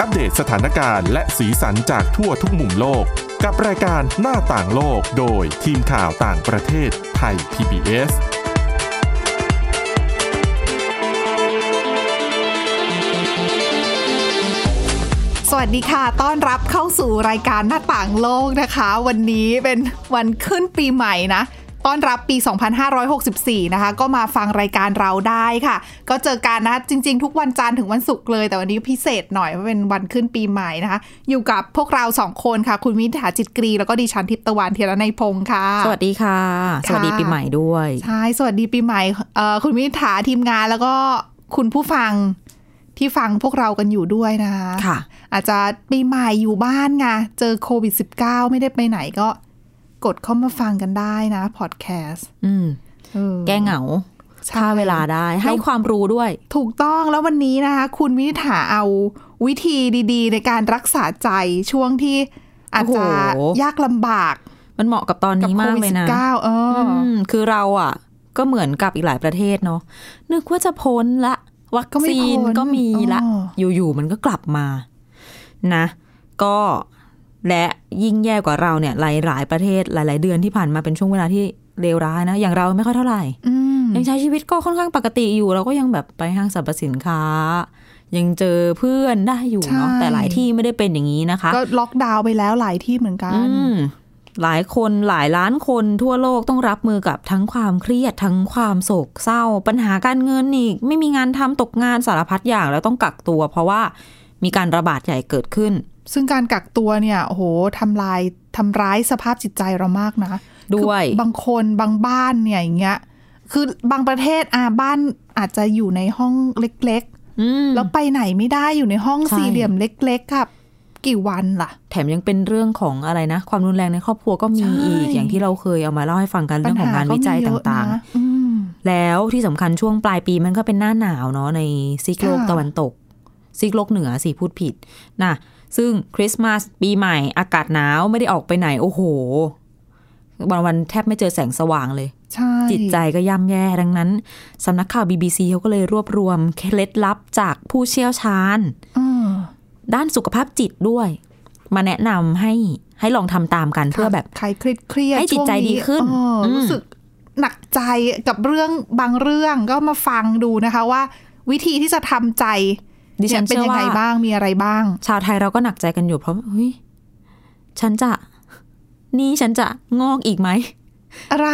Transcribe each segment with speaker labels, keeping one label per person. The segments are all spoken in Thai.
Speaker 1: อัปเดตสถานการณ์และสีสันจากทั่วทุกมุมโลก กับรายการหน้าต่างโลกโดยทีมข่าวต่างประเทศไทย PBS
Speaker 2: สวัสดีค่ะ ต้อนรับเข้าสู่รายการหน้าต่างโลกนะคะ วันนี้เป็นวันขึ้นปีใหม่นะ ต้อนรับปี 2564 นะคะ ก็มาฟังรายการเราได้ค่ะ ก็เจอกันนะ จริงๆ ทุกวันจันทร์ถึงวันศุกร์เลย แต่วันนี้พิเศษหน่อยเพราะเป็นวันขึ้นปีใหม่นะคะ อยู่กับพวกเราสองคนค่ะ คุณมิถาจิตกรี แล้วก็ดิฉันทิพย์ตะวันเทียรนัยพงค์ค่ะ
Speaker 3: สวัสดีค่ะ
Speaker 2: ค่ะ
Speaker 3: สวัสดีปีใหม่ด้วย
Speaker 2: ใช่ สวัสดีปีใหม่เอ่อคุณมิถาทีมงานแล้วก็คุณผู้ฟังที่ฟังพวกเรากันอยู่ด้วยนะคะ
Speaker 3: ค่ะ
Speaker 2: อาจจะปีใหม่อยู่บ้านไงเจอโควิด -19 ไม่ได้ไปไหนก็ กดเข้ามาฟังกันได้นะพอดแคสต์
Speaker 3: อืม
Speaker 2: เออ
Speaker 3: แก้เหงา
Speaker 2: ใช่
Speaker 3: ถ้าเวลาได้ ให้ความรู้ด้วย
Speaker 2: ถูกต้องแล้ววันนี้นะคะ คุณวินิษฐาเอาวิธีดีๆ ในการรักษาใจช่วงที่อาจจะ
Speaker 3: โอ้โห
Speaker 2: ยากลำบาก
Speaker 3: มันเหมาะกับตอน
Speaker 2: กับ
Speaker 3: นี้
Speaker 2: โค
Speaker 3: มาก
Speaker 2: วิด
Speaker 3: เลยนะ
Speaker 2: -19 เอออ
Speaker 3: มคือเราอ่ะ ก็เหมือนกับอีกหลายประเทศเนาะ นึกว่าจะพ้นละ วัค
Speaker 2: ก็ไม่
Speaker 3: ซีน
Speaker 2: พ้น
Speaker 3: ก็มีละ
Speaker 2: อ๋
Speaker 3: อยู่ๆมันก็กลับมา นะ ก็และยิ่งแย่กว่าเราเนี่ย หลายๆประเทศหลาย ๆ เดือนที่ผ่านมาเป็นช่วงเวลาที่เลวร้ายนะ อย่างเราไม่ค่อยเท่าไหร่
Speaker 2: อืม
Speaker 3: ยังใช้ชีวิตก็ค่อนข้างปกติอยู่ เราก็ยังแบบไปห้างสรรพสินค้า ยังเจอเพื่อนได้อยู่เนาะแต่หลายที่ไม่ได้เป็นอย่างนี้นะคะ
Speaker 2: ก็ล็อกดาวน์ไปแล้วหลายที่เหมือนกั
Speaker 3: อื
Speaker 2: น
Speaker 3: มหลายคนหลายล้านคนทั่วโลกต้องรับมือกับทั้งความเครียดทั้งความโศกเศร้า ปัญหาการเงินอีกไม่มีงานทำตกงานสารพัดอย่างแล้วต้องกักตัว เพราะว่ามีการระบาดใหญ่เกิดขึ้น
Speaker 2: ซึ่งการกักตัวเนี่ยโอ้โหทำลายทำร้ายสภาพจิตใจเรามากนะ
Speaker 3: ด้วย
Speaker 2: คือบางคนบางบ้านเนี่ยอย่างเงี้ย คือบางประเทศอ่าบ้านอาจจะอยู่ในห้องเล็ก
Speaker 3: อืม
Speaker 2: ๆ แล้วไปไหนไม่ได้อยู่ในห้อง
Speaker 3: ใช่
Speaker 2: สี่เหลี่ยมเล็กๆครับ กี่วันล่ะ
Speaker 3: แถมยังเป็นเรื่องของอะไรนะ ความรุนแรงในครอบครัวก็มี
Speaker 2: ใช่
Speaker 3: อีกอย่างที่เราเคยเอามาเล่าให้ฟังกันเรื่องของงานวิจัยต่างๆ
Speaker 2: ๆอืม
Speaker 3: แล้วที่สำคัญช่วงปลายปีมันก็เป็นหน้าหนาวเนาะในซีกโลก
Speaker 2: ค่ะ
Speaker 3: ตะวันตก ซีกโลกเหนือสิพูดผิดนะซึ่งคริสต์มาสปีใหม่อากาศหนาวไม่ได้ออกไปไหน โอ้โหวันวันๆแทบไม่เจอแสงสว่างเลย
Speaker 2: ใช่
Speaker 3: จิตใจก็ย่ำแย่ดังนั้นสำนักข่าว BBC เขาก็เลยรวบรวมเคล็ดลับจากผู้เชี่ยวชาญ
Speaker 2: อืม
Speaker 3: ด้านสุขภาพจิตด้วย มาแนะนำให้ให้ลองทำตามกันเพื่อแบบ
Speaker 2: ใครเครียดเครียด
Speaker 3: ให้จิตใจดีขึ้น
Speaker 2: ช่วงเอออ
Speaker 3: ม
Speaker 2: รู้สึกหนักใจกับเรื่องบางเรื่องก็มาฟังดูนะคะว่า วิธีที่จะทำใจ
Speaker 3: ดิฉัน
Speaker 2: เยเป็น
Speaker 3: ชื่อ
Speaker 2: ยัง
Speaker 3: ว่า
Speaker 2: ไงบ้างมีอะไรบ้าง
Speaker 3: ชาวไทยเราก็หนักใจกันอยู่เพราะเฮ้ยฉันจะ นี่ฉันจะงอกอีกไหม
Speaker 2: อะไร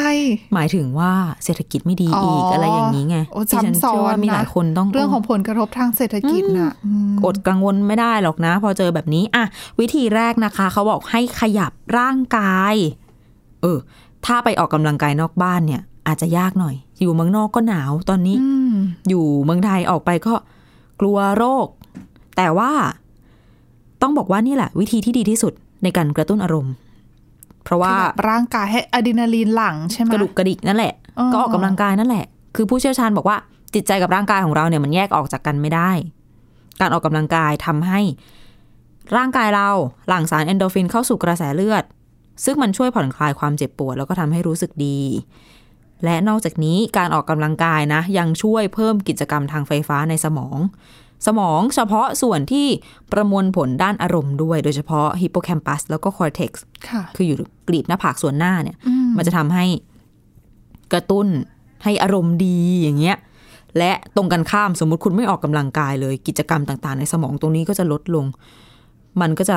Speaker 3: หมายถึงว่าเศรษฐกิจไม่ดีอีก
Speaker 2: อ๋ออ
Speaker 3: อะไรอย่างนี้ไง
Speaker 2: โอ้
Speaker 3: ดิฉัน
Speaker 2: ซ้ำซ้อน
Speaker 3: เชื่อว่ามี
Speaker 2: นะ
Speaker 3: หลายคนต้อง
Speaker 2: เรื่องของผลกระทบทางเศรษฐกิจน่ะม
Speaker 3: อดกังวลไม่ได้หรอกนะ พอเจอแบบนี้อ่ะวิธีแรกนะคะ เขาบอกให้ขยับร่างกาย เออ ถ้าไปออกกำลังกายนอกบ้านเนี่ย อาจจะยากหน่อย อยู่เมืองนอกก็หนาวตอนนี้
Speaker 2: อืม
Speaker 3: อยู่เมืองไทยออกไปก็กลัวโรค แต่ว่าต้องบอกว่านี่แหละ วิธีที่ดีที่สุดในการกระตุ้นอารมณ์ เพราะว่า
Speaker 2: ขยับร่างกายให้อะดรีนาลีนหลั่งใช่ไหม
Speaker 3: กระดุกกระดิกนั่นแหละ
Speaker 2: อ๋อ
Speaker 3: ก็ออกกำลังกายนั่นแหละ คือผู้เชี่ยวชาญบอกว่าจิตใจกับร่างกายของเราเนี่ยมันแยกออกจากกันไม่ได้ การออกกำลังกายทำให้ร่างกายเราหลั่งสารเอนโดรฟินเข้าสู่กระแสเลือด ซึ่งมันช่วยผ่อนคลายความเจ็บปวดแล้วก็ทำให้รู้สึกดี และนอกจากนี้การออกกำลังกายนะ ยังช่วยเพิ่มกิจกรรมทางไฟฟ้าในสมอง สมองเฉพาะส่วนที่ประมวลผลด้านอารมณ์ด้วย โดยเฉพาะฮิปโปแคมปัสแล้วก็คอร์เท็กซ์
Speaker 2: ค่ะ
Speaker 3: คืออยู่กรีบหน้าผากส่วนหน้าเนี่ย
Speaker 2: อืม
Speaker 3: มันจะทำให้กระตุ้นให้อารมณ์ดีอย่างเงี้ย และตรงกันข้ามสมมติคุณไม่ออกกำลังกายเลย กิจกรรมต่างๆ ในสมองตรงนี้ก็จะลดลง มันก็จะ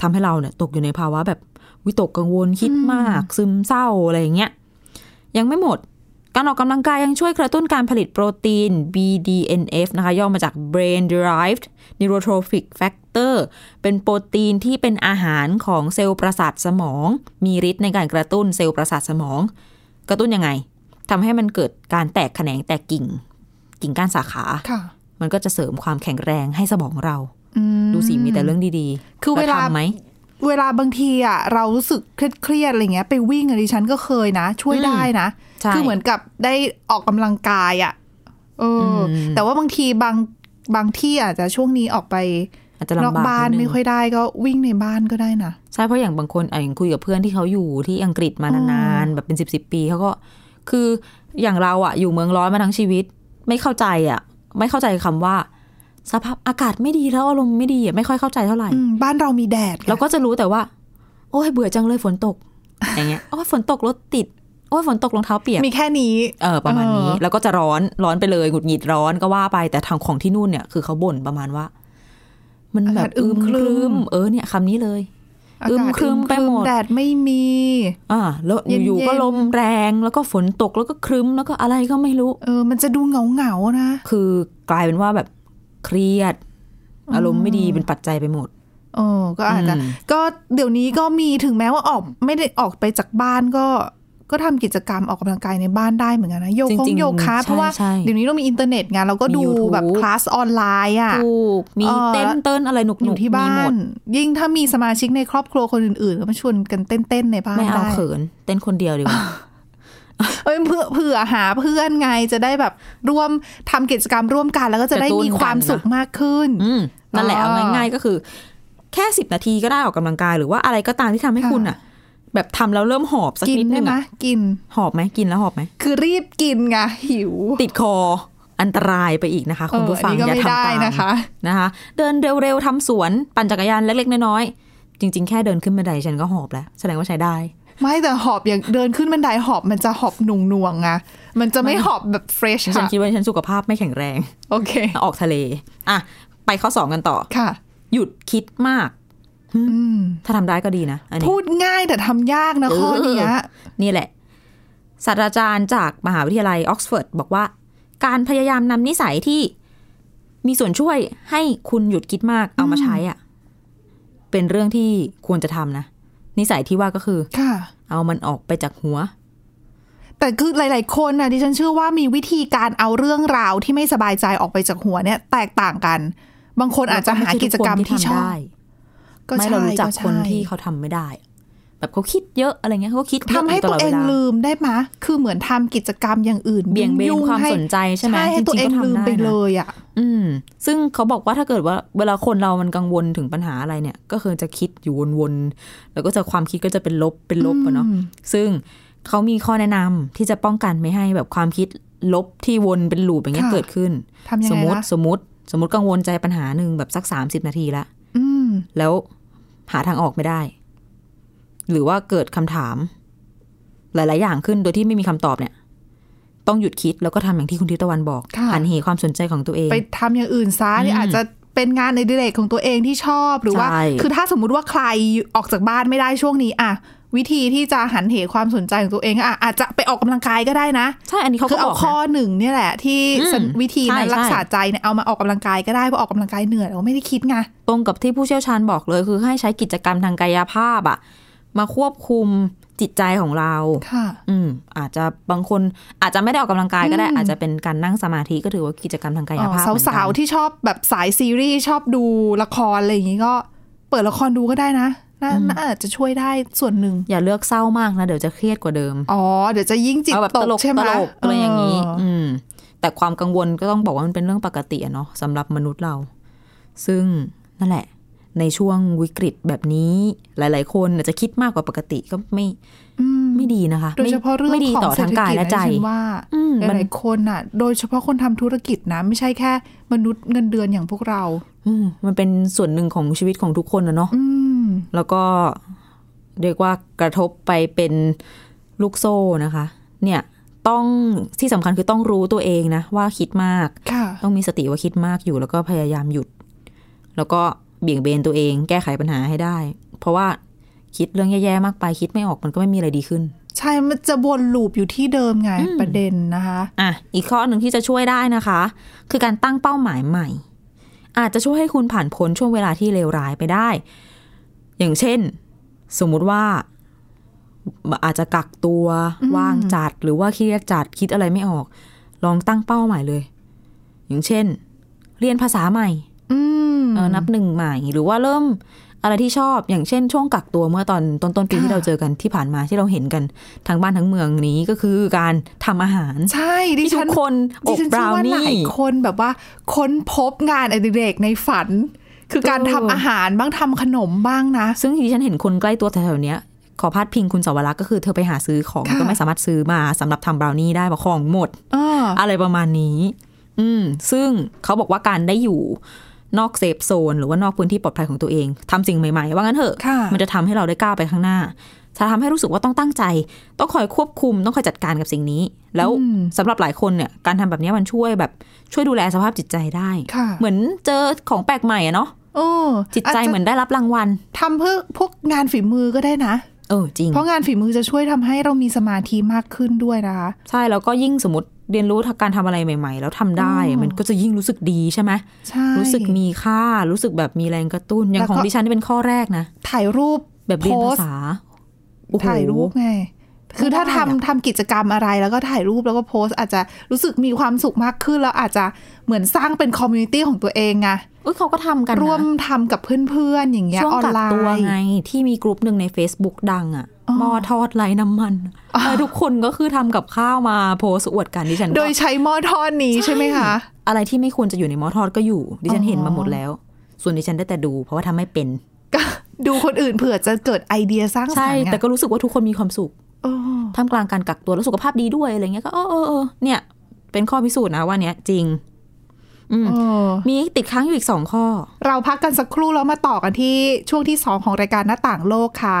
Speaker 3: ทำให้เราเนี่ยตกอยู่ในภาวะแบบวิตกกังวลคิดมาก ซึมเศร้าอะไรอย่างเงี้ย ยังไม่หมด การออกกำลังกายยังช่วยกระตุ้นการผลิตโปรตีน BDNF นะคะ ย่อมาจาก Brain Derived Neurotrophic Factor เป็นโปรตีนที่เป็นอาหารของเซลล์ประสาทสมอง มีฤทธิ์ในการกระตุ้นเซลล์ประสาทสมอง กระตุ้นยังไงทำให้มันเกิดการแตกแขนงแตกกิ่ง กิ่งก้านสาขา
Speaker 2: ค่ะ
Speaker 3: มันก็จะเสริมความแข็งแรงให้สมองเรา
Speaker 2: อืม
Speaker 3: ดูสิมีแต่เรื่องดีๆ
Speaker 2: คือเวลา
Speaker 3: แทำไหม
Speaker 2: เวลาบางทีอ่ะเรารู้สึกเครียดๆอะไรเงี้ยไปวิ่งอะดิฉันก็เคยนะ ช่วย
Speaker 3: อืม
Speaker 2: ได้นะ
Speaker 3: ใช่
Speaker 2: คือเหมือนกับได้ออกกำลังกายอ่ะเอออ
Speaker 3: ม
Speaker 2: แต่ว่าบางทีบางบางที่อาจจะช่วงนี้ออกไป
Speaker 3: อาจจะ
Speaker 2: นอก
Speaker 3: ลำบาก
Speaker 2: บ้าน
Speaker 3: นิดนึ
Speaker 2: ไม่
Speaker 3: ง
Speaker 2: ค่อยได้ก็วิ่งในบ้านก็ได้นะ
Speaker 3: ใช่เพราะอย่างบางคนอ่ะอย่างคุยกับเพื่อนที่เขาอยู่ที่อังกฤษมา
Speaker 2: อื
Speaker 3: นานๆแบบเป็นสิบสิบปีเขาก็คืออย่างเราอ่ะอยู่เมืองร้อนมาทั้งชีวิต ไม่เข้าใจอ่ะ ไม่เข้าใจคำว่า สภาพอากาศไม่ดีแล้วอารมณ์ไม่ดีอะไม่ค่อยเข้าใจเท่าไหร่
Speaker 2: อืมบ้านเรามีแดด
Speaker 3: เราก็จะรู้แต่ว่า โอ้ยเบื่อจังเลยฝน ตก อย่างเงี้ยโอ้ยฝนตกรถติด โอ้ยฝนตกรองเท้าเปียก
Speaker 2: มีแค่นี้
Speaker 3: เออประมาณนี้
Speaker 2: เออ
Speaker 3: แล้วก็จะร้อนร้อนไปเลยหงุดหงิดร้อนก็ว่าไปแต่ทางของที่นู่นเนี่ยคือเขาบ่นประมาณว่า มันแบบ
Speaker 2: อึ
Speaker 3: อึ
Speaker 2: ม
Speaker 3: ม
Speaker 2: ค
Speaker 3: ค
Speaker 2: รึ
Speaker 3: รึ
Speaker 2: ม
Speaker 3: มเออเนี่ยคำนี้เลย
Speaker 2: อากาศ
Speaker 3: อึมครึมไปหมด
Speaker 2: แดดไม่มี
Speaker 3: อ่าแล้วอยู่
Speaker 2: เย็นๆ
Speaker 3: ๆก็ลมแรงแล้วก็ฝนตกแล้วก็ครึ้มแล้วก็อะไรก็ไม่รู้
Speaker 2: เออ มันจะดูเหงาเหงาๆนะ
Speaker 3: คือกลายเป็นว่าแบบเครียด อารมณ์ไม่ดีเป็นปัจจัยไปหมด
Speaker 2: เออก็อาจจะ
Speaker 3: อืม
Speaker 2: ก็เดี๋ยวนี้ก็มีถึงแม้ว่าออกไม่ได้ออกไปจากบ้านก็ ก็ทำกิจกรรมออกกำลังกายในบ้านได้เหมือนกันนะ โยกคง
Speaker 3: จริงๆ
Speaker 2: โยคะ
Speaker 3: ใช่
Speaker 2: เพราะว่า
Speaker 3: ใช่
Speaker 2: เดี๋ยวนี้เรามีอินเทอร์เน็ตไงเราก็
Speaker 3: มี
Speaker 2: ดู
Speaker 3: YouTube
Speaker 2: แบบคลาสออนไลน์อ่ะ
Speaker 3: ถูกมี
Speaker 2: เออ
Speaker 3: เต้นเต้นอะไรหนุกๆ
Speaker 2: อยู่ที่บ้า
Speaker 3: มีหม
Speaker 2: น
Speaker 3: ด
Speaker 2: ยิ่งถ้ามีสมาชิกในครอบครัวคนอื่นๆก็มาชวนกันเต้นๆในบ้าน
Speaker 3: ไม่เอา
Speaker 2: ได้
Speaker 3: เขิน เต้นคนเดียวดีกว่า
Speaker 2: เอ้ยเพื่อเผื่อหาเพื่อนไงจะได้แบบร่วมทำกิจกรรมร่วมกัน แล้วก็จะได้
Speaker 3: กระตุ้น
Speaker 2: มีความ
Speaker 3: กันนะ
Speaker 2: สุขมากขึ้น
Speaker 3: อืมนั่นแหละ
Speaker 2: อ่า
Speaker 3: เอาง่ายๆก็คือ แค่สิบนาทีก็ได้ออกกำลังกายหรือว่าอะไรก็ตามที่ทำให้
Speaker 2: ค่ะ
Speaker 3: คุณอ่ะ แบบทำแล้วเริ่มหอบสัก
Speaker 2: กิน
Speaker 3: นิดนึ
Speaker 2: ได้
Speaker 3: ง
Speaker 2: ไหม
Speaker 3: อะ
Speaker 2: กิน
Speaker 3: หอบไหมกินแล้วหอบไหม
Speaker 2: คือรีบกินไงหิว
Speaker 3: ติดคออันตรายไปอีกนะคะ คุณผู้ฟัง
Speaker 2: เอออันนี้ก็ไม่
Speaker 3: อย่าทำ
Speaker 2: ได้
Speaker 3: ตาม
Speaker 2: นะคะ
Speaker 3: นะคะ เดินเร็วๆทำสวนปั่นจักรยานเล็กๆน้อยๆจริง ๆ แค่เดินขึ้นบันไดฉันก็หอบแล้ว แสดงว่าใช้ได้
Speaker 2: ไม่แต่หอบอย่างเดินขึ้นบันไดหอบมันจะหอบหน่วงๆไงมันจะไม่หอบแบบเฟรช
Speaker 3: ฉัน
Speaker 2: ค่ะ
Speaker 3: คิดว่าฉันสุขภาพไม่แข็งแรง
Speaker 2: โอเค
Speaker 3: ออกทะเล อ่ะ ไปข้อสองกันต่อ
Speaker 2: ค่ะ
Speaker 3: หยุดคิดมาก
Speaker 2: อืม
Speaker 3: ถ้าทำได้ก็ดีนะ อันนี้
Speaker 2: พูดง่ายแต่ทำยากนะ
Speaker 3: เออ
Speaker 2: ข้อเนี้ย
Speaker 3: นี่แหละ ศาสตราจารย์จากมหาวิทยาลัยออกซฟอร์ดบอกว่า การพยายามนำนิสัยที่มีส่วนช่วยให้คุณหยุดคิดมากเอามาใช้อ่ะ เป็นเรื่องที่ควรจะทำนะ นิสัยที่ว่าก็คือ
Speaker 2: ค่ะ
Speaker 3: เอามันออกไปจากหัว
Speaker 2: แต่คือหลาย ๆ คนนะดิฉันเชื่อว่ามีวิธีการเอาเรื่องราวที่ไม่สบายใจออกไปจากหัวเนี่ย แตกต่างกัน บางคนอาจจะหากิจกรรมที่ชอบ ก็
Speaker 3: ไม่
Speaker 2: ใช่
Speaker 3: เรารู้จัก
Speaker 2: ใช่
Speaker 3: คนที่เขาทำไม่ได้ แบบเขาคิดเยอะอะไรเงี้ยเขาก็คิดยอะ
Speaker 2: ทำให้
Speaker 3: ยู่
Speaker 2: ตัว
Speaker 3: ลด
Speaker 2: เอง
Speaker 3: า
Speaker 2: ลืมได้ไหมคือเหมือนทำกิจกรรมอย่างอื่น
Speaker 3: เบี่ยงเบน
Speaker 2: ๆ
Speaker 3: ความสนใจใช่ไหม
Speaker 2: ให้ตัว
Speaker 3: จ
Speaker 2: เอ
Speaker 3: ริ
Speaker 2: ง
Speaker 3: งๆก็ทำ
Speaker 2: ลืม
Speaker 3: ได้นะ
Speaker 2: ไปเลยอ่ะ
Speaker 3: อืม ซึ่งเขาบอกว่าถ้าเกิดว่าเวลาคนเรามันกังวลถึงปัญหาอะไรเนี่ย ก็คือจะคิดอยู่วนๆ แล้วก็จะความคิดก็จะเป็นลบเป็นลบอะเนาะ ซึ่งเขามีข้อแนะนำที่จะป้องกันไม่ให้แบบความคิดลบที่วนเป็นลูปอย่างเงี้ย
Speaker 2: ค่ะ
Speaker 3: เกิดขึ้น
Speaker 2: ทำยัง
Speaker 3: สม
Speaker 2: ไง
Speaker 3: มติ
Speaker 2: ล่ะ
Speaker 3: สมมติสมมติกังวลใจปัญหาหนึ่งแบบสักสามสิบนาทีละ
Speaker 2: อืม
Speaker 3: แล้วหาทางออกไม่ได้ หรือว่าเกิดคำถาม หลาย ๆ อย่างขึ้นโดยที่ไม่มีคำตอบเนี่ย ต้องหยุดคิดแล้วก็ทำอย่างที่คุณทิพย์ตะวันบอก
Speaker 2: ค่ะ
Speaker 3: หันเหความสนใจของตัวเอง
Speaker 2: ไปทำอย่างอื่นซะนี่
Speaker 3: อืม
Speaker 2: อาจจะเป็นงานในดิเรกของตัวเองที่ชอบหรือว่า
Speaker 3: ใช่
Speaker 2: คือถ้าสมมุติว่าใครออกจากบ้านไม่ได้ช่วงนี้อะวิธีที่จะหันเหความสนใจของตัวเองอะอาจจะไปออกกำลังกายก็ได้นะ
Speaker 3: ใช่ อันนี้เขา
Speaker 2: คื
Speaker 3: ก็
Speaker 2: อเอา
Speaker 3: บอก
Speaker 2: ข้อ
Speaker 3: นะ
Speaker 2: หนึ่งเนี่ยแหละ ที่
Speaker 3: อืม
Speaker 2: สันวิธีนั้น
Speaker 3: ใช่ใช่
Speaker 2: รักษาใจเนี่ยเอามาออกกำลังกายก็ได้เพราะออกกำลังกายเหนื่อยเราไม่ได้คิดไง
Speaker 3: ตรงกับที่ผู้เชี่ยวชาญบอกเลย คือให้ใช้กิจกรรมทางกายภาพอะมาควบคุมจิตใจของเรา
Speaker 2: ค่ะ
Speaker 3: อืม อาจจะบางคนอาจจะไม่ได้ออกกำลังกายก็ได้
Speaker 2: อืม
Speaker 3: อาจจะเป็นการนั่งสมาธิก็ถือว่ากิจกรรมทางกายภา
Speaker 2: สา
Speaker 3: พ
Speaker 2: ว
Speaker 3: เหมือน
Speaker 2: สาว
Speaker 3: กัน
Speaker 2: ๆที่ชอบแบบสายซีรีส์ชอบดูละครอะไรอย่างนี้ก็ เปิดละครดูก็ได้นะนาน่าอาจจะช่วยได้ส่วนหนึ่ง
Speaker 3: อย่าเลือกเศร้ามากนะ เดี๋ยวจะเครียดกว่าเดิม
Speaker 2: อ๋อเดี๋ยวจะยิ่งจิต
Speaker 3: เอาแบบ
Speaker 2: ต
Speaker 3: ตล
Speaker 2: ก
Speaker 3: ก
Speaker 2: ใช่ไหม
Speaker 3: ตลกอะไรอย่างนี้
Speaker 2: เ
Speaker 3: อืม แต่ความกังวลก็ต้องบอกว่ามันเป็นเรื่องปกติอะเนาะสำหรับมนุษย์เรา ซึ่งนั่นแหละ ในช่วงวิกฤตแบบนี้ หลาย ๆ คนอาจจะคิดมากกว่าปกติก็ไม่
Speaker 2: อืม
Speaker 3: ไม่ดีนะคะ
Speaker 2: โดยเฉพาะเรื่อง
Speaker 3: ไม่ดี
Speaker 2: ของ
Speaker 3: ต่อ
Speaker 2: เศรษ
Speaker 3: ทั้ง
Speaker 2: ฐ
Speaker 3: กาย
Speaker 2: กิจ
Speaker 3: และ
Speaker 2: นะ
Speaker 3: ใจ
Speaker 2: ฉันว่า
Speaker 3: อืม
Speaker 2: ห
Speaker 3: มัน
Speaker 2: ลายๆคนอ่ะ โดยเฉพาะคนทำธุรกิจนะ ไม่ใช่แค่ มนุษย์เงินเดือนอย่างพวกเรา
Speaker 3: อืมมันเป็นส่วนหนึ่งของชีวิตของทุกคนนะเนาะ
Speaker 2: อืม
Speaker 3: แล้วก็เรียกว่ากระทบไปเป็นลูกโซ่นะคะ เนี่ยต้องที่สำคัญคือต้องรู้ตัวเองนะ ว่าคิดมาก
Speaker 2: ค่ะ
Speaker 3: ต้องมีสติว่าคิดมากอยู่ แล้วก็พยายามหยุด แล้วก็เบี่ยงเบนตัวเอง แก้ไขปัญหาให้ได้ เพราะว่าคิดเรื่องแย่ๆมากไปคิดไม่ออกมันก็ไม่มีอะไรดีขึ้น
Speaker 2: ใช่ มันจะวนลูปอยู่ที่เดิมไง
Speaker 3: อืม
Speaker 2: ประเด็นนะคะ
Speaker 3: อ่ะอีกข้อหนึ่งที่จะช่วยได้นะคะ คือการตั้งเป้าหมายใหม่ อาจจะช่วยให้คุณผ่านพ้นช่วงเวลาที่เลวร้ายไปได้ อย่างเช่น สมมุติว่า อาจจะกักตัว
Speaker 2: อืม
Speaker 3: ว่างจัดหรือว่าเครียดจัดคิดอะไรไม่ออก ลองตั้งเป้าหมายเลย อย่างเช่น เรียนภาษาใหม่
Speaker 2: อืม
Speaker 3: เออนับหนึ่งใหม่ หรือว่าเริ่มอะไรที่ชอบ อย่างเช่น ช่วงกักตัวเมื่อตอนต้นต้นๆปี
Speaker 2: ค่ะ
Speaker 3: ที่เราเจอกันที่ผ่านมาที่เราเห็นกันทั้งบ้านทั้งเมืองนี้ก็คือการทำอาหาร
Speaker 2: ใช่ดิ
Speaker 3: ที่ทุ
Speaker 2: ฉัน
Speaker 3: กคนอ
Speaker 2: ดิ
Speaker 3: บ
Speaker 2: ฉัน
Speaker 3: บ
Speaker 2: เชื่
Speaker 3: รา
Speaker 2: อ
Speaker 3: ว
Speaker 2: ว่าห
Speaker 3: นี่
Speaker 2: ลายคนแบบว่า ค้นพบงานอดิเรกในฝัน คือการ
Speaker 3: เออ
Speaker 2: ทำอาหารบ้างทำขนมบ้างนะ
Speaker 3: ซึ่งที่ฉันเห็นคนใกล้ตัวแถวๆเนี้ย ขอพาดพิงคุณสวรักษ์ก็คือเธอไปหาซื้อของ
Speaker 2: ค่ะ
Speaker 3: ก็ไม่สามารถซื้อมาสำหรับทำบราวนี่ได้เพราะของหมด
Speaker 2: เออ
Speaker 3: อะไรประมาณนี้ อ อืม ซึ่งเขาบอกว่าการได้อยู่นอกเซฟโซน หรือว่านอกพื้นที่ปลอดภัยของตัวเองทำสิ่งใหม่ๆ ว่างั้นเถอะ
Speaker 2: ค่ะ
Speaker 3: มันจะทำให้เราได้ก้าวไปข้างหน้า จะทำให้รู้สึกว่าต้องตั้งใจ ต้องคอยควบคุม ต้องคอยจัดการกับสิ่งนี้ แล้ว
Speaker 2: อืม
Speaker 3: สำหรับหลายคนเนี่ย การทำแบบนี้มันช่วยแบบช่วยดูแลสภาพจิตใจได้
Speaker 2: ค่ะ
Speaker 3: เหมือนเจอของแปลกใหม่อะเนาะ
Speaker 2: โอ้
Speaker 3: จิตใจเหมือนได้รับรางวัล
Speaker 2: ทำเพื่อพวกงานฝีมือก็ได้นะ
Speaker 3: เออจริง
Speaker 2: เพราะงานฝีมือจะช่วยทำให้เรามีสมาธิมากขึ้นด้วยนะคะ
Speaker 3: ใช่ แล้วก็ยิ่งสมมติเรียนรู้การทำอะไรใหม่ ๆ แล้วทำได้
Speaker 2: อ๋อ
Speaker 3: มันก็จะยิ่งรู้สึกดีใช่ไหม
Speaker 2: ใช่
Speaker 3: รู้สึกมีค่า รู้สึกแบบมีแรงกระตุ้น อย่า
Speaker 2: แล้ว
Speaker 3: งของ
Speaker 2: ก็
Speaker 3: ดิฉันนี่เป็นข้อแรกนะ
Speaker 2: ถ่ายรูป
Speaker 3: แบบเรียน
Speaker 2: โพส
Speaker 3: ภา
Speaker 2: ต์
Speaker 3: ษาโอ้โห
Speaker 2: ถ่ายรูปไง คือถ้า
Speaker 3: ไม่ได้
Speaker 2: ทำ
Speaker 3: อะ
Speaker 2: ทำกิจกรรมอะไรแล้วก็ถ่ายรูปแล้วก็โพสต์อาจจะรู้สึกมีความสุขมากขึ้น แล้วอาจจะเหมือนสร้างเป็นคอมมูนิตี้ของตัวเองไง
Speaker 3: เอ้ยเขาก็ทำกันนะ
Speaker 2: ร่วมทำกับเพื่อนๆอย่างเงี้ย
Speaker 3: ช่วง
Speaker 2: ออน
Speaker 3: กัก
Speaker 2: ไล
Speaker 3: ตัว
Speaker 2: น์
Speaker 3: ไง ที่มีกลุ่มหนึ่งใน Facebook ดังอะ
Speaker 2: อ๋อ
Speaker 3: หม้อทอดไร้น้ำมันเออทุกคนก็คือทำกับข้าวมาโพสต์อวดกันดิฉันก็
Speaker 2: โดยใช้หม้อทอดนี้ใช่ไหมคะ
Speaker 3: อะไรที่ไม่ควรจะอยู่ในหม้อทอดก็อยู่ ดิฉันเห็นมาหมดแล้ว ส่วนดิฉันได้แต่ดู เพราะว่าทำไม่เป็น
Speaker 2: ก็ดูคนอื่นเผื่อจะเกิดไอเดียสร้างสร
Speaker 3: ใช่
Speaker 2: รค์ไง
Speaker 3: แต่ก็รู้สึกว่าทุกคนมีความสุข
Speaker 2: เออ
Speaker 3: ท่ามกลางการกักตัวแล้วสุขภาพดีด้วยอะไรเงี้ยก็เออเออเออเนี่ย เป็นข้อพิสูจน์นะว่าเนี้ยจริง อืม
Speaker 2: เออ
Speaker 3: มีติดค้างอยู่อีกสองข้อ
Speaker 2: เราพักกันสักครู่แล้วมาต่อกันที่ช่วงที่ 2 ของรายการหน้าต่างโลกค่ะ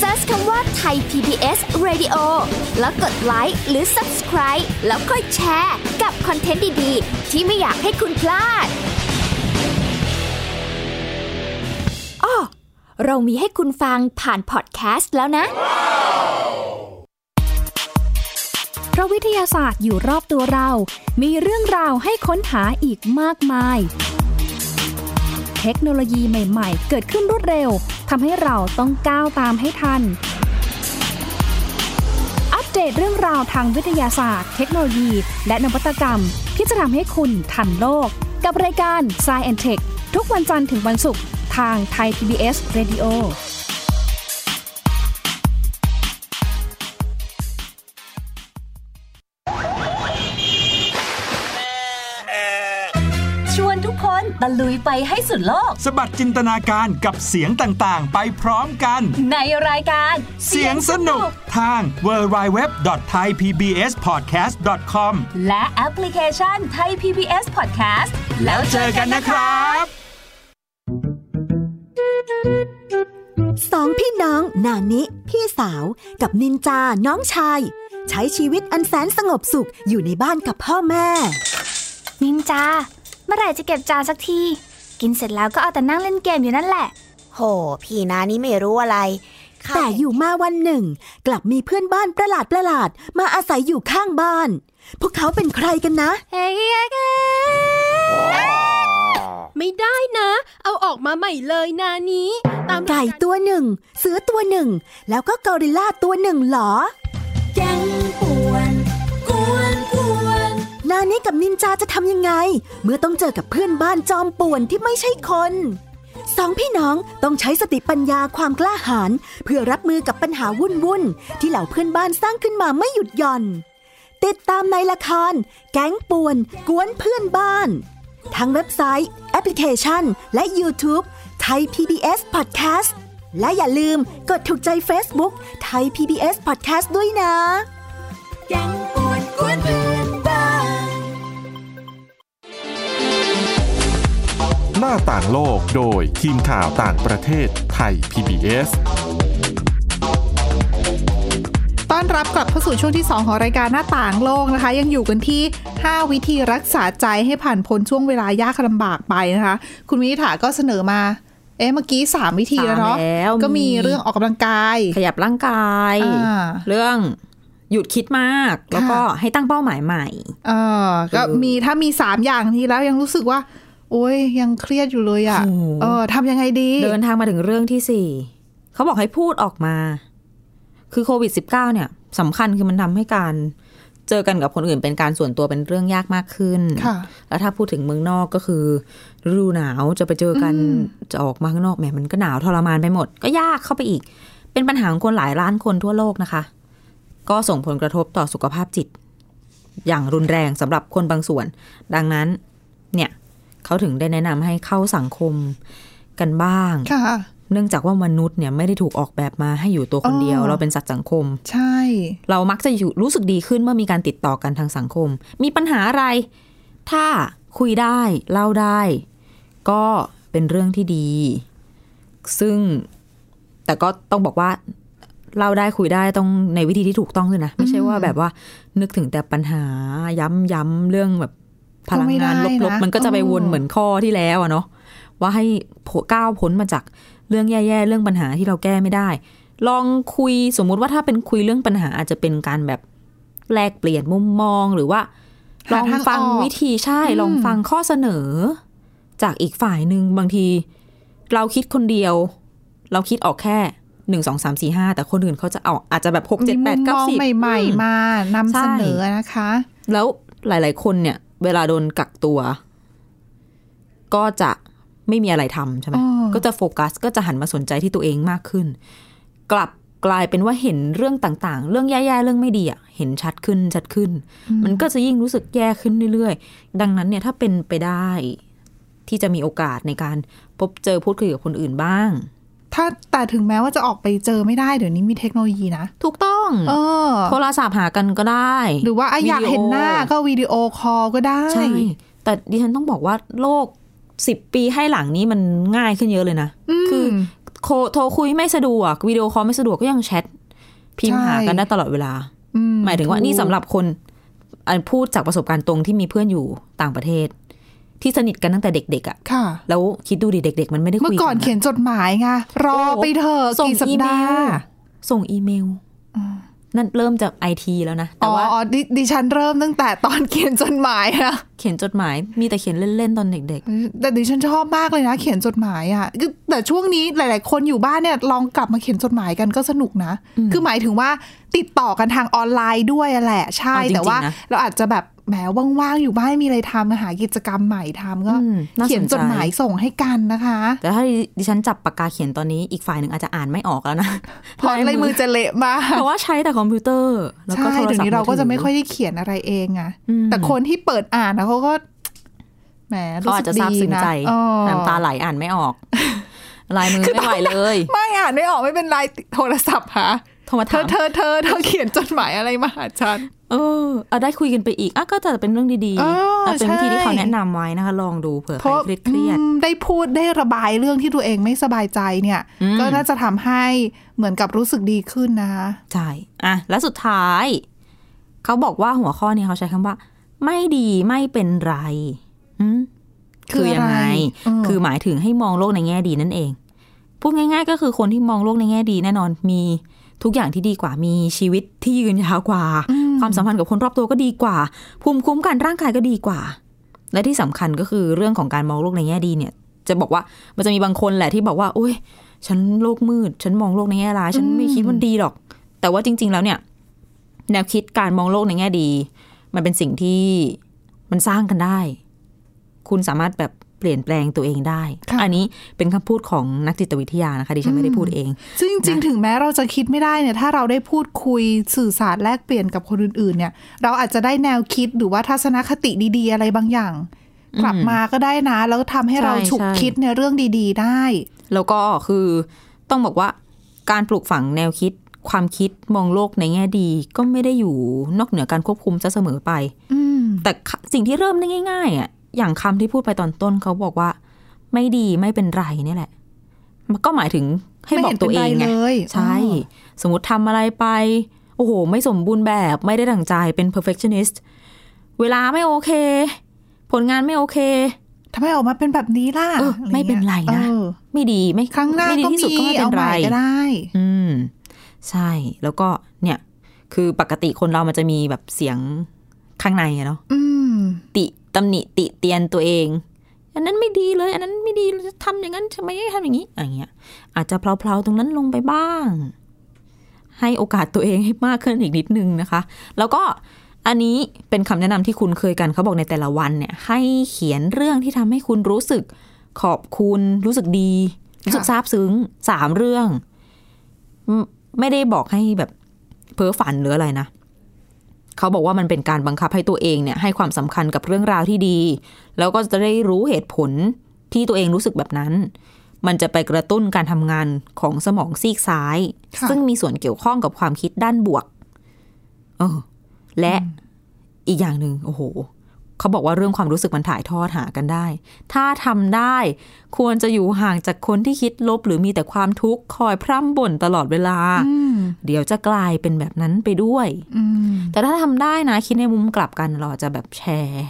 Speaker 4: Search คำว่าไทย PBS Radio แล้วกดไลค์หรือ Subscribe แล้วค่อยแชร์ กับคอนเทนต์ดี ๆ ที่ไม่อยากให้คุณพลาดอ้อเรามีให้คุณฟังผ่านพอดแคสต์แล้วนะ
Speaker 5: เพราะวิทยาศาสตร์อยู่รอบตัวเรา มีเรื่องราวให้ค้นหาอีกมากมาย เทคโนโลยีใหม่ ๆ เกิดขึ้นรวดเร็ว ทำให้เราต้องก้าวตามให้ทัน อัปเดตเรื่องราวทางวิทยาศาสตร์ เทคโนโลยี และนวัตกรรม ที่จะทำให้คุณทันโลก กับรายการ s c i e n t e c h ทุกวันจันทร์ถึงวันศุกร์ทางไทย PBS Radio
Speaker 6: ชวนทุกคนตะลุยไปให้สุดโลก
Speaker 7: สะบัดจินตนาการกับเสียงต่าง ๆ ไปพร้อมกัน
Speaker 6: ในรายการ
Speaker 7: เสียงสนุกทาง www.thaipbspodcast.com
Speaker 6: และแอปพลิเคชันไทย PBS Podcast แล้วเจอกันนะครับ
Speaker 8: สองพี่น้องนานิ พี่สาวกับนินจาน้องชาย ใช้ชีวิตอันแสนสงบสุขอยู่ในบ้านกับพ่อแม่
Speaker 4: นินจา เมื่อไหร่จะเก็บจานสักที กินเสร็จแล้วก็เอาแต่นั่งเล่นเกมอยู่นั่นแหละ
Speaker 9: โห พี่นานี่ไม่รู้อะไรข้า
Speaker 8: แต่อยู่มาวันหนึ่ง กลับมีเพื่อนบ้านประหลาดประหลาดๆมาอาศัยอยู่ข้างบ้าน พวกเขาเป็นใครกันนะ
Speaker 4: เฮ้ย
Speaker 10: ไม่ได้นะ เอาออกมาใหม่เลยนานี้ ตามหลั
Speaker 8: ไก่ตัวหนึ่ง เสือตัวหนึ่ง แล้วก็กอริลลาตัวหนึ่งเหรอ นานิกับนินจาจะทำยังไง เมื่อต้องเจอกับเพื่อนบ้านจอมป่วนที่ไม่ใช่คนสองพี่น้องต้องใช้สติปัญญาความกล้าหาญเพื่อรับมือกับปัญหาวุ่นวุ่นๆที่เหล่าเพื่อนบ้านสร้างขึ้นมาไม่หยุดหย่อน ติดตามในละคร แก๊งป่วน กวนเพื่อนบ้าน ทั้งเว็บไซต์ แอปพลิเคชัน และ YouTube ไทย PBS Podcast และอย่าลืมกดถูกใจ Facebook ไทย PBS Podcast ด้วยนะ
Speaker 1: หน้าต่างโลกโดยทีมข่าวต่างประเทศไทย PBS
Speaker 2: ต้อนรับกลับเข้าสู่ช่วงที่ 2 ของรายการหน้าต่างโลกนะคะ ยังอยู่กันที่ 5 วิธีรักษาใจให้ผ่านพ้นช่วงเวลายากลำบากไปนะคะ คุณวิถาก็เสนอมา เอ๊ะเมื่อกี้ 3 วิธีแล้วเนาะ
Speaker 3: สามแล้ว
Speaker 2: ก็มี
Speaker 3: มี
Speaker 2: เรื่องออกกำลังกาย
Speaker 3: ขยับร่างกาย
Speaker 2: อ่า
Speaker 3: เรื่องหยุดคิดมาก แล้วก็
Speaker 2: ค่ะ
Speaker 3: ให้ตั้งเป้าหมายใหม่
Speaker 2: เออก็
Speaker 3: เออ
Speaker 2: มีถ้ามี 3 อย่างนี้แล้วยังรู้สึกว่า โอ้ยยังเครียดอยู่เลยอะ่ะ
Speaker 3: โอ้โห
Speaker 2: เออทำยังไงดี
Speaker 3: เดินทางมาถึงเรื่องที่สี่เขาบอกให้พูดออกมา คือโควิด -19 เนี่ยสำคัญคือมันทำให้การ เจอกันกับคนอื่นเป็นการส่วนตัวเป็นเรื่องยากมากขึ้น
Speaker 2: ค่ะ
Speaker 3: แล้วถ้าพูดถึงเมืองนอกก็คือฤดูหนาวจะไปเจอกัน
Speaker 2: อืม
Speaker 3: จะออกมาข้างนอกแหมมันก็หนาวทรมานไปหมด ก็ยากเข้าไปอีก เป็นปัญหาของคนหลายล้านคนทั่วโลกนะคะ ก็ส่งผลกระทบต่อสุขภาพจิต อย่างรุนแรงสำหรับคนบางส่วน ดังนั้น เนี่ยเขาถึงได้แนะนำให้เข้าสังคมกันบ้าง
Speaker 2: ค่ะ
Speaker 3: เนื่องจากว่ามนุษย์เนี่ยไม่ได้ถูกออกแบบมาให้อยู่ตัวคนเดียว
Speaker 2: อ๋อ
Speaker 3: เราเป็นสัตว์สังคม
Speaker 2: ใช่
Speaker 3: เรามักจะอยู่รู้สึกดีขึ้นเมื่อมีการติดต่อกันทางสังคม มีปัญหาอะไร ถ้าคุยได้เล่าได้ ก็เป็นเรื่องที่ดี ซึ่งแต่ก็ต้องบอกว่าเล่าได้คุยได้ต้องในวิธีที่ถูกต้องด้วยนะ ไม่ใช่ว่าแบบว่า นึกถึงแต่ปัญหาย้ำย้ำเรื่องแบบพลังงานลบๆ มันก็จะไปวนเหมือนข้อที่แล้วอะเนาะว่าให้ก้าวพ้นมาจากเรื่องแย่ๆ เรื่องปัญหาที่เราแก้ไม่ได้ ลองคุยสมมุติว่าถ้าเป็นคุยเรื่องปัญหาอาจจะเป็นการแบบแลกเปลี่ยนมุมมองหรือว่า ล
Speaker 2: หา
Speaker 3: อง
Speaker 2: ทาง
Speaker 3: ฟัง
Speaker 2: ออก
Speaker 3: วิธีใช่ ลองฟังข้อเสนอ จากอีกฝ่ายหนึ่งบางที เราคิดคนเดียว เราคิดออกแค่หนึ่งสองสามสี่ห้าแต่คนอื่นเขาจะเอาอาจจะแบบหกเจ็ดแปดเก้าสิบ
Speaker 2: มีมุมมองใหม่ๆ มานำ
Speaker 3: ใช่
Speaker 2: เสนอนะคะ
Speaker 3: แล้วหลาย ๆ คนเนี่ย เวลาโดนกักตัว ก็จะไม่มีอะไรทำใช่ไหม
Speaker 2: อ๋อ
Speaker 3: ก็จะโฟกัสก็จะหันมาสนใจที่ตัวเองมากขึ้น กลับกลายเป็นว่าเห็นเรื่องต่าง ๆ เรื่องแย่ๆเรื่องไม่ดีอะเห็นชัดขึ้นชัดขึ้น มันก็จะยิ่งรู้สึกแย่ขึ้นเรื่อยๆ ดังนั้นเนี่ยถ้าเป็นไปได้ที่จะมีโอกาสในการพบเจอพูดคุยกับคนอื่นบ้าง
Speaker 2: ถ้าแต่ถึงแม้ว่าจะออกไปเจอไม่ได้เดี๋ยวนี้มีเทคโนโลยีนะ
Speaker 3: ถูกต้อง
Speaker 2: เออ
Speaker 3: โทรศัพท์หากันก็ได้
Speaker 2: หรือว่าอ่ะอยากเห็นหน้า
Speaker 3: วิดีโอ
Speaker 2: ก็วิดีโอคอลก็ได้
Speaker 3: ใช่ แต่ดิฉันต้องบอกว่าโลกสิบปีให้หลังนี้มันง่ายขึ้นเยอะเลยนะ
Speaker 2: ม
Speaker 3: คือโคโทรคุยไม่สะดวกวิดีโอคอลไม่สะดวกก็ยังแชทพิมพ์
Speaker 2: ใช่
Speaker 3: หากันได้ตลอดเวลา
Speaker 2: อื
Speaker 3: หมายถึงว่า
Speaker 2: ถูก
Speaker 3: นี่สำหรับคนอันพูดจากประสบการณ์ตรงที่มีเพื่อนอยู่ต่างประเทศ ที่สนิทกันตั้งแต่เด็กๆอะ่ะ
Speaker 2: ค่ะ
Speaker 3: แล้วคิดดูดิเด็ก ๆ มันไม่ได้คุยกั
Speaker 2: เมื่อก่อนเขียนจดหมายไงรอไปเถอะ
Speaker 3: ส่ง
Speaker 2: กี่สัป
Speaker 3: อีเม
Speaker 2: ดา
Speaker 3: ล
Speaker 2: ห์
Speaker 3: ส่งอีเมลนั่นเริ่มจากไอทีแล้วนะ
Speaker 2: อ๋
Speaker 3: แต่
Speaker 2: อ
Speaker 3: ว่า
Speaker 2: อ๋อดิดิฉันเริ่มตั้งแต่ตอนเขียนจดหมายนะ
Speaker 3: เขียนจดหมายมีแต่เขียนเล่นๆตอนเด็ก
Speaker 2: แต่ดิฉันชอบมากเลยนะ เขียนจดหมายอ่ะคือแต่ช่วงนี้หลาย ๆ คนอยู่บ้านเนี่ยลองกลับมาเขียนจดหมายกันก็สนุกนะ
Speaker 3: อืม
Speaker 2: คือหมายถึงว่าติดต่อกันทางออนไลน์ด้วยอะแหละ ใช่
Speaker 3: เอาจริงๆ
Speaker 2: แต่ว่า
Speaker 3: นะ
Speaker 2: เราอาจจะแบบแหมว่างๆอยู่บ้านไม่มีอะไรทำหากิจกรรมใหม่ทำ
Speaker 3: ๆ
Speaker 2: ก็
Speaker 3: อืมาส
Speaker 2: เขียน
Speaker 3: ใจ
Speaker 2: จดหมายส่งให้กันนะคะ
Speaker 3: แต่ถ้าดิฉันจับปากกาเขียนตอนนี้อีกฝ่ายหนึ่งอาจจะอ่านไม่ออกแล้วนะ
Speaker 2: เพราะลายมือจะเละมาก
Speaker 3: เพราะว่าใช้แต่คอมพิวเตอร์ แล้วก็
Speaker 2: ใช่
Speaker 3: โทร
Speaker 2: เดี๋ยว
Speaker 3: ศัพท์
Speaker 2: นี้เราก็จะ
Speaker 3: ถื
Speaker 2: ไม่ค่อยได้เขียนอะไรเองอะ
Speaker 3: อืม
Speaker 2: แต่คนที่เปิดอ่านนะเขาก็แหม
Speaker 3: ก็
Speaker 2: รู้
Speaker 3: อา
Speaker 2: สึก
Speaker 3: จจะ
Speaker 2: ดี
Speaker 3: ซาบซึ้ง
Speaker 2: นะ
Speaker 3: ใจ
Speaker 2: อ๋อ
Speaker 3: น้ำตาไหลอ่านไม่ออก ลายมือไม่ไหวเลย
Speaker 2: ไม่อ่านไม่ออกไม่เป็นไรโทรศัพท์หา
Speaker 3: โทรมา
Speaker 2: เธ
Speaker 3: ถา
Speaker 2: อ
Speaker 3: ม
Speaker 2: เธอเธอเธอเขียนจดหมายอะไรมาหาฉัน
Speaker 3: เออเอาได้คุยกันไปอีกอ่ะก็จะเป็นเรื่องดี
Speaker 2: เออ
Speaker 3: ๆะเป็นวิธีที่
Speaker 2: ใช่
Speaker 3: เขาแนะนำไว้นะคะ ลองดูเผื่อใครเครียด
Speaker 2: อืมได้พูดได้ระบายเรื่องที่ตัวเองไม่สบายใจเนี่ย
Speaker 3: อืม
Speaker 2: ก็น่าจะทำให้เหมือนกับรู้สึกดีขึ้นนะคะ
Speaker 3: ๆใช่อ่ะแล้วสุดท้าย เขาบอกว่าหัวข้อนี้เขาใช้คำว่า ไม่ดีไม่เป็นไรอืม คือยังไง
Speaker 2: คืออะไรเออ
Speaker 3: คือหมายถึงให้มองโลกในแง่ดีนั่นเอง พูดง่าย ๆ ก็คือคนที่มองโลกในแง่ดีแน่นอนมีทุกอย่างที่ดีกว่า มีชีวิตที่ยืนยาวกว่า ความสัมพันธ์กับคนรอบตัวก็ดีกว่า ภูมิคุ้มกันร่างกายก็ดีกว่า และที่สำคัญก็คือเรื่องของการมองโลกในแง่ดีเนี่ย จะบอกว่ามันจะมีบางคนแหละที่บอกว่าโอ้ย ฉันโลกมืด ฉันมองโลกในแง่ร้าย ฉันไม่คิดมันดีหรอก แต่ว่าจริง ๆ แล้วเนี่ย แนวคิดการมองโลกในแง่ดี มันเป็นสิ่งที่มันสร้างกันได้ คุณสามารถแบบเปลี่ยนแปลงตัวเองได้
Speaker 2: ค่ะ
Speaker 3: อันนี้เป็นคำพูดของนักจิตวิทยานะคะดิฉันไม่ได้พูดเอง
Speaker 2: ซึ่งจริงๆ ถึงแม้เราจะคิดไม่ได้เนี่ยถ้าเราได้พูดคุยสื่อสารแลกเปลี่ยนกับคนอื่นๆ เนี่ย เราอาจจะได้แนวคิดหรือว่าทัศนคติดีๆ อะไรบางอย่าง กลับมาก็ได้นะ แล้วทำให้
Speaker 3: ใช่
Speaker 2: เราฉุก
Speaker 3: ใช่
Speaker 2: คิดในเรื่องดีๆ ได้
Speaker 3: แล้วก็คือต้องบอกว่าการปลูกฝังแนวคิด ความคิดมองโลกในแง่ดี ก็ไม่ได้อยู่นอกเหนือการควบคุมซะเสมอไป
Speaker 2: อืม
Speaker 3: แต่ค่ะสิ่งที่เริ่มได้ง่าย ๆอ่ะอย่างคำที่พูดไปตอนต้นเขาบอกว่า ไม่ดีไม่เป็นไรเนี่ยแหละ มันก็หมายถึงให้
Speaker 2: ไม่
Speaker 3: บอ
Speaker 2: เห็
Speaker 3: ก
Speaker 2: น
Speaker 3: ตัวเอง
Speaker 2: เป็นไร
Speaker 3: ไง
Speaker 2: เลย
Speaker 3: ใช่
Speaker 2: อ๋อ
Speaker 3: สมมติทำอะไรไป โอ้โห ไม่สมบูรณ์แบบไม่ได้ดั่งใจเป็น perfectionist เวลาไม่โอเค ผลงานไม่โอเค
Speaker 2: ทำไมออกมาเป็นแบบนี้ล่ะ
Speaker 3: เออไม่เป็นไรนะ
Speaker 2: ออ
Speaker 3: ไม่ดีไม่
Speaker 2: ครั้งหน้า
Speaker 3: ไม่ดี
Speaker 2: ก็
Speaker 3: ที่สุด
Speaker 2: มี
Speaker 3: ก็ไม่เป็
Speaker 2: เอา
Speaker 3: น
Speaker 2: ให
Speaker 3: ไร
Speaker 2: ม่ก็ได้
Speaker 3: อืม ใช่แล้วก็เนี่ย คือปกติคนเรามันจะมีแบบเสียงข้างในอะเนาะ
Speaker 2: อืม
Speaker 3: ติตำหนิติเตียนตัวเอง อันนั้นไม่ดีเลย อันนั้นไม่ดีจะทำอย่างนั้นทำไมไม่ทำอย่างนี้อย่างเงี้ยอาจจะเพลาๆตรงนั้นลงไปบ้าง ให้โอกาสตัวเองให้มากขึ้นอีกนิดนึงนะคะ แล้วก็ อันนี้เป็นคำแนะนำที่คุณเคยกันเขาบอกในแต่ละวันเนี่ย ให้เขียนเรื่องที่ทำให้คุณรู้สึกขอบคุณรู้สึกดี รู้สึกซาบซึ้งสามเรื่องอืมไม่ได้บอกให้แบบเพ้อฝันหรืออะไรนะ เขาบอกว่ามันเป็นการบังคับให้ตัวเองเนี่ยให้ความสำคัญกับเรื่องราวที่ดี แล้วก็จะได้รู้เหตุผลที่ตัวเองรู้สึกแบบนั้น มันจะไปกระตุ้นการทำงานของสมองซีกซ้าย
Speaker 2: ค่ะ
Speaker 3: ซึ่งมีส่วนเกี่ยวข้องกับความคิดด้านบวกเออและอีกอย่างหนึ่งโอ้โห เขาบอกว่าเรื่องความรู้สึกมันถ่ายทอดหากันได้ ถ้าทำได้ ควรจะอยู่ห่างจากคนที่คิดลบ หรือมีแต่ความทุกข์คอยพร่ำบ่นตลอดเวลา
Speaker 2: อืม
Speaker 3: เดี๋ยวจะกลายเป็นแบบนั้นไปด้วย
Speaker 2: อืม
Speaker 3: แต่ถ้าทำได้นะ คิดในมุมกลับกันเราอาจจะแบบแชร์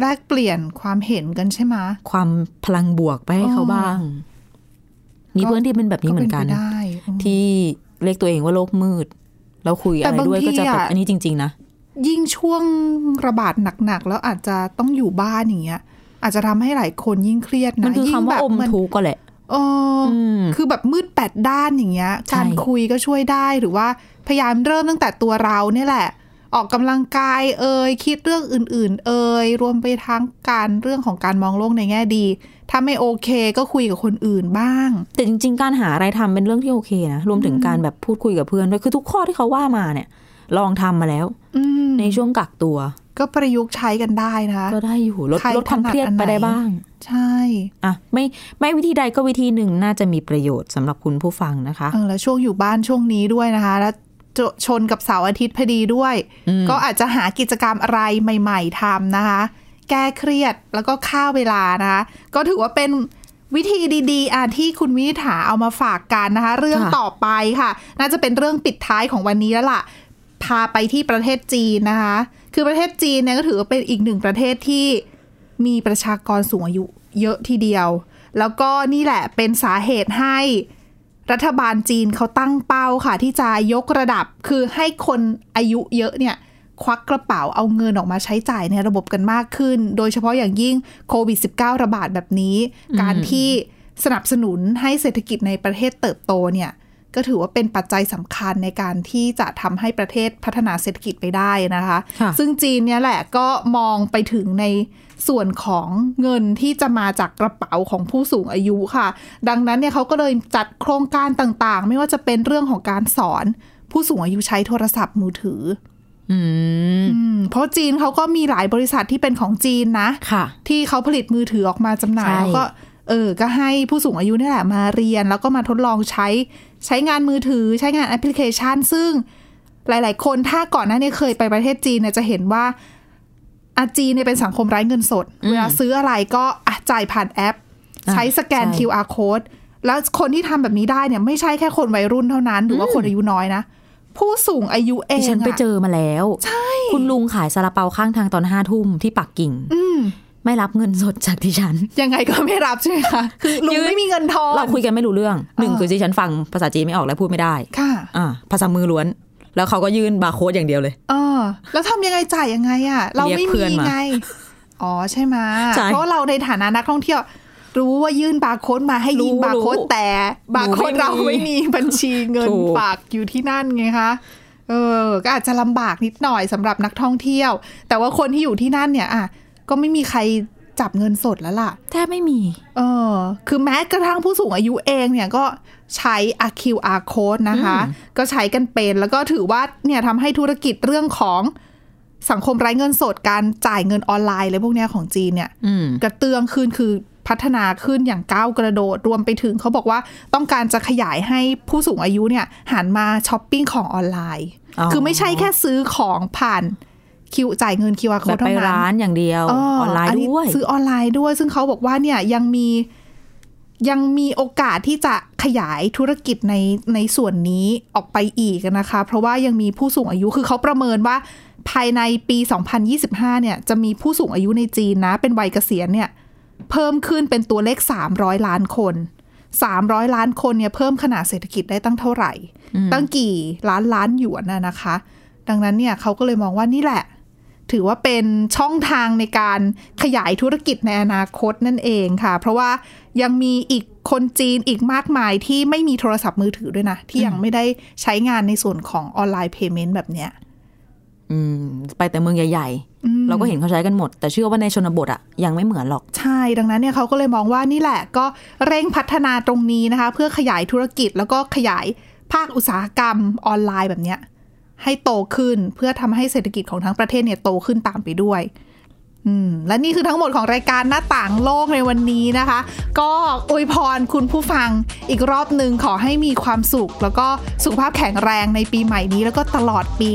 Speaker 2: แลกเปลี่ยนความเห็นกันใช่ไหม
Speaker 3: ความพลังบวกไปให้เขาบ้าง มี
Speaker 2: ก็
Speaker 3: เพื่อนที่เป็นแบบนี้เหมือนกัน
Speaker 2: ก็ป็ไปได้อืม
Speaker 3: ที่เรียกตัวเองว่าโลกมืด แล้วคุย
Speaker 2: แต่
Speaker 3: อะไร
Speaker 2: บาง
Speaker 3: ด้วยก็จะ
Speaker 2: ที
Speaker 3: แบบ
Speaker 2: อะ
Speaker 3: อันนี้จริง ๆ นะ
Speaker 2: ยิ่งช่วงระบาดหนักๆ แล้วอาจจะต้องอยู่บ้านอย่างเงี้ย อาจจะทำให้หลายคนยิ่งเครียดนะ
Speaker 3: มันคือ
Speaker 2: ยิ่ง
Speaker 3: คำว่า
Speaker 2: แบบ
Speaker 3: อม
Speaker 2: น
Speaker 3: ทุกข์ก็แหละ
Speaker 2: เอออ
Speaker 3: ม
Speaker 2: คือแบบมืดแปดด้านอย่างเงี้ย
Speaker 3: ใช่
Speaker 2: การคุยก็ช่วยได้หรือว่าพยายามเริ่มตั้งแต่ตัวเราเนี่ยแหละ ออกกำลังกายเอ่ยคิดเรื่องอื่น ๆ เอ่ยรวมไปทั้งการเรื่องของการมองโลกในแง่ดี ถ้าไม่โอเคก็คุยกับคนอื่นบ้าง
Speaker 3: แต่จริง ๆ การหาอะไรทำเป็นเรื่องที่โอเคนะ รวมถึงการแบบพูดคุยกับเพื่อนด้วยคือทุกข้อที่เขาว่ามาเนี่ย ลองทำมาแล้ว
Speaker 2: อืม
Speaker 3: ในช่วงกักตัว
Speaker 2: ก็ประยุกต์ใช้กันได้นะคะ
Speaker 3: ก็ได้อยู่ลด
Speaker 2: ใคร
Speaker 3: ลดความเครียด
Speaker 2: ถนัดอันไหน
Speaker 3: ไปได้บ้าง
Speaker 2: ใช่
Speaker 3: อ่ะไม่ไม่วิธีใดก็วิธีหนึ่งน่าจะมีประโยชน์สำหรับคุณผู้ฟังนะคะ
Speaker 2: เออแล้วช่วงอยู่บ้านช่วงนี้ด้วยนะคะ แล้วจะชนกับเสาร์อาทิตย์พอดีด้วย
Speaker 3: อืม
Speaker 2: ก็อาจจะหากิจกรรมอะไรใหม่ ๆทำนะคะ แก้เครียดแล้วก็ฆ่าเวลานะคะ ก็ถือว่าเป็นวิธีดีๆอ่ะที่คุณวิถาเอามาฝากกันนะคะ เรื่อง
Speaker 3: ค่ะ
Speaker 2: ต่อไปค่ะ น่าจะเป็นเรื่องปิดท้ายของวันนี้แล้วล่ะ พาไปที่ประเทศจีนนะคะ คือประเทศจีนเนี่ยก็ถือว่าเป็นอีกหนึ่งประเทศที่มีประชากรสูงอายุเยอะทีเดียว แล้วก็นี่แหละเป็นสาเหตุให้ รัฐบาลจีนเขาตั้งเป้าค่ะ ที่จะยกระดับคือให้คนอายุเยอะเนี่ย ควักกระเป๋าเอาเงินออกมาใช้จ่ายในระบบกันมากขึ้น โดยเฉพาะอย่างยิ่งโควิด -19 ระบาดแบบนี้ การที่สนับสนุนให้เศรษฐกิจในประเทศเติบโตเนี่ย ก็ถือว่าเป็นปัจจัยสำคัญในการที่จะทำให้ประเทศพัฒนาเศรษฐกิจไปได้นะคะ
Speaker 3: ค่ะ
Speaker 2: ซึ่งจีนเนี่ยแหละก็มองไปถึงในส่วนของเงินที่จะมาจากกระเป๋าของผู้สูงอายุค่ะ ดังนั้นเนี่ยเขาก็เลยจัดโครงการต่างๆ ไม่ว่าจะเป็นเรื่องของการสอนผู้สูงอายุใช้โทรศัพท์มือถือ
Speaker 3: อืม
Speaker 2: อืมเพราะจีนเขาก็มีหลายบริษัทที่เป็นของจีนนะ
Speaker 3: ค่ะ
Speaker 2: ที่เขาผลิตมือถือออกมาจำหน่าย
Speaker 3: ใช่
Speaker 2: แล้วก็เออก็ให้ผู้สูงอายุนี่แหละมาเรียน แล้วก็มาทดลองใช้ใช้งานมือถือ ใช้งานแอปพลิเคชัน ซึ่งหลาย ๆ คนถ้าก่อนหน้านี้เคยไปประเทศจีนเนี่ยจะเห็นว่าอาจีนเนี่ยเป็นสังคมไร้เงินสด เวลาซื้ออะไรก็อ่ะจ่ายผ่านแอป ใช้สแกน
Speaker 3: ใช่
Speaker 2: QR code แล้วคนที่ทำแบบนี้ได้เนี่ยไม่ใช่แค่คนวัยรุ่นเท่านั้น หรือว่าคนอายุน้อยนะผู้สูงอายุเอง
Speaker 3: ดิฉันไป
Speaker 2: ะ
Speaker 3: เจอมาแล้ว ใช่ คุณลุงขายซาลาเปาข้างทางตอนห้าทุ่มที่ปักกิ่ง
Speaker 2: อืม
Speaker 3: ไม่รับเงินสดจากดิฉัน
Speaker 2: ยังไงก็ไม่รับใช่ไหมคะ คือลุ
Speaker 3: ยื
Speaker 2: ง
Speaker 3: น
Speaker 2: ไม่มีเงินทอน
Speaker 3: เราคุยกันไม่รู้เรื่องหนึ่ง
Speaker 2: เออ
Speaker 3: คือดิฉันฟังภาษาจีนไม่ออกและพูดไม่ได้
Speaker 2: ค่ะ
Speaker 3: อ่าภาษามือล้วน แล้วเขาก็ยื่นบาร์โค้ดอย่างเดียวเลย
Speaker 2: เออแล้วทำยังไงจ่ายยังไงอ่ะ เราไม่
Speaker 3: เรียกเพื่
Speaker 2: มี
Speaker 3: อนมา
Speaker 2: ไง อ๋อใช่ไหม
Speaker 3: ใช่
Speaker 2: เพราะเราในฐานะนักท่องเที่ยว รู้ว่ายื่นบาร์โค้ดมาให้
Speaker 3: รู้
Speaker 2: ยินบาร์โค้ด
Speaker 3: รู้
Speaker 2: แต่บาร์โค้ดเราไม่มีบัญชีเงิน
Speaker 3: ถูก
Speaker 2: ฝากอยู่ที่นั่นไงคะเออ ก็อาจจะลำบากนิดหน่อยสำหรับนักท่องเที่ยว แต่ว่าคนที่อยู่ที่นั่นเนี่ยอ่ะก็ไม่มีใครจับเงินสดแล้วล่ะ
Speaker 3: แทบไม่มี
Speaker 2: เออคือแม้กระทั่งผู้สูงอายุเองเนี่ยก็ใช้ QR code นะคะ ก็ใช้กันเป็นแล้วก็ถือว่าเนี่ยทำให้ธุรกิจเรื่องของสังคมไร้เงินสดการจ่ายเงินออนไลน์อะไรพวกเนี้ยของจีนเนี่ย
Speaker 3: อืม
Speaker 2: กระเตื้องขึ้นคือพัฒนาขึ้นอย่างก้าวกระโดดรวมไปถึงเขาบอกว่าต้องการจะขยายให้ผู้สูงอายุเนี่ยหันมาช้อปปิ้งของออนไลน์
Speaker 3: อ๋อ
Speaker 2: คือไม่ใช่แค่ซื้อของผ่านคิวจ่ายเงิน QR
Speaker 3: แบบ
Speaker 2: code
Speaker 3: ไป
Speaker 2: เท่านั้น
Speaker 3: ร้านอย่างเดียวออนไลน์ด้วย
Speaker 2: ซื้อออนไลน์ด้วย ซึ่งเขาบอกว่าเนี่ยยังมียังมีโอกาสที่จะขยายธุรกิจในในส่วนนี้ออกไปอีกนะคะ เพราะว่ายังมีผู้สูงอายุคือเขาประเมินว่าภายในปี 2025 เนี่ยจะมีผู้สูงอายุในจีนนะ เป็นวัยเกษียณเนี่ยเพิ่มขึ้นเป็นตัวเลข 300 ล้านคน 300 ล้านคนเนี่ยเพิ่มขนาดเศรษฐกิจได้ตั้งเท่าไหร่ ตั้งกี่ล้านล้านหยวนนะนะคะ ดังนั้นเนี่ยเขาก็เลยมองว่านี่แหละ ถือว่าเป็นช่องทางในการขยายธุรกิจในอนาคตนั่นเองค่ะ เพราะว่ายังมีอีกคนจีนอีกมากมายที่ไม่มีโทรศัพท์มือถือด้วยนะ ที่ยังไม่ได้ใช้งานในส่วนของออนไลน์เพย์เมนต์แบบเนี้ย
Speaker 3: อืมไปแต่เมืองใหญ่ ๆ เราก็เห็นเขาใช้กันหมด แต่เชื่อว่าในชนบทอะยังไม่เหมือนหรอก
Speaker 2: ใช่ ดังนั้นเนี่ยเขาก็เลยมองว่านี่แหละก็เร่งพัฒนาตรงนี้นะคะ เพื่อขยายธุรกิจแล้วก็ขยายภาคอุตสาหกรรมออนไลน์แบบเนี้ยให้โตขึ้นเพื่อทำให้เศรษฐกิจของทั้งประเทศเนี่ยโตขึ้นตามไปด้วย อืมและนี่คือทั้งหมดของรายการหน้าต่างโลกในวันนี้นะคะ ก็อวยพรคุณผู้ฟังอีกรอบหนึ่งขอให้มีความสุข แล้วก็สุขภาพแข็งแรงในปีใหม่นี้ แล้วก็ตลอดปี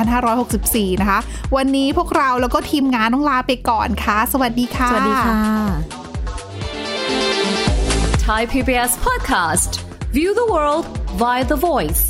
Speaker 2: 2564 นะคะ วันนี้พวกเราแล้วก็ทีมงานต้องลาไปก่อนค่ะ สวัสดีค่ะ
Speaker 3: สวัสดีค่ะ
Speaker 6: Thai PBS podcast. View the world via the voice.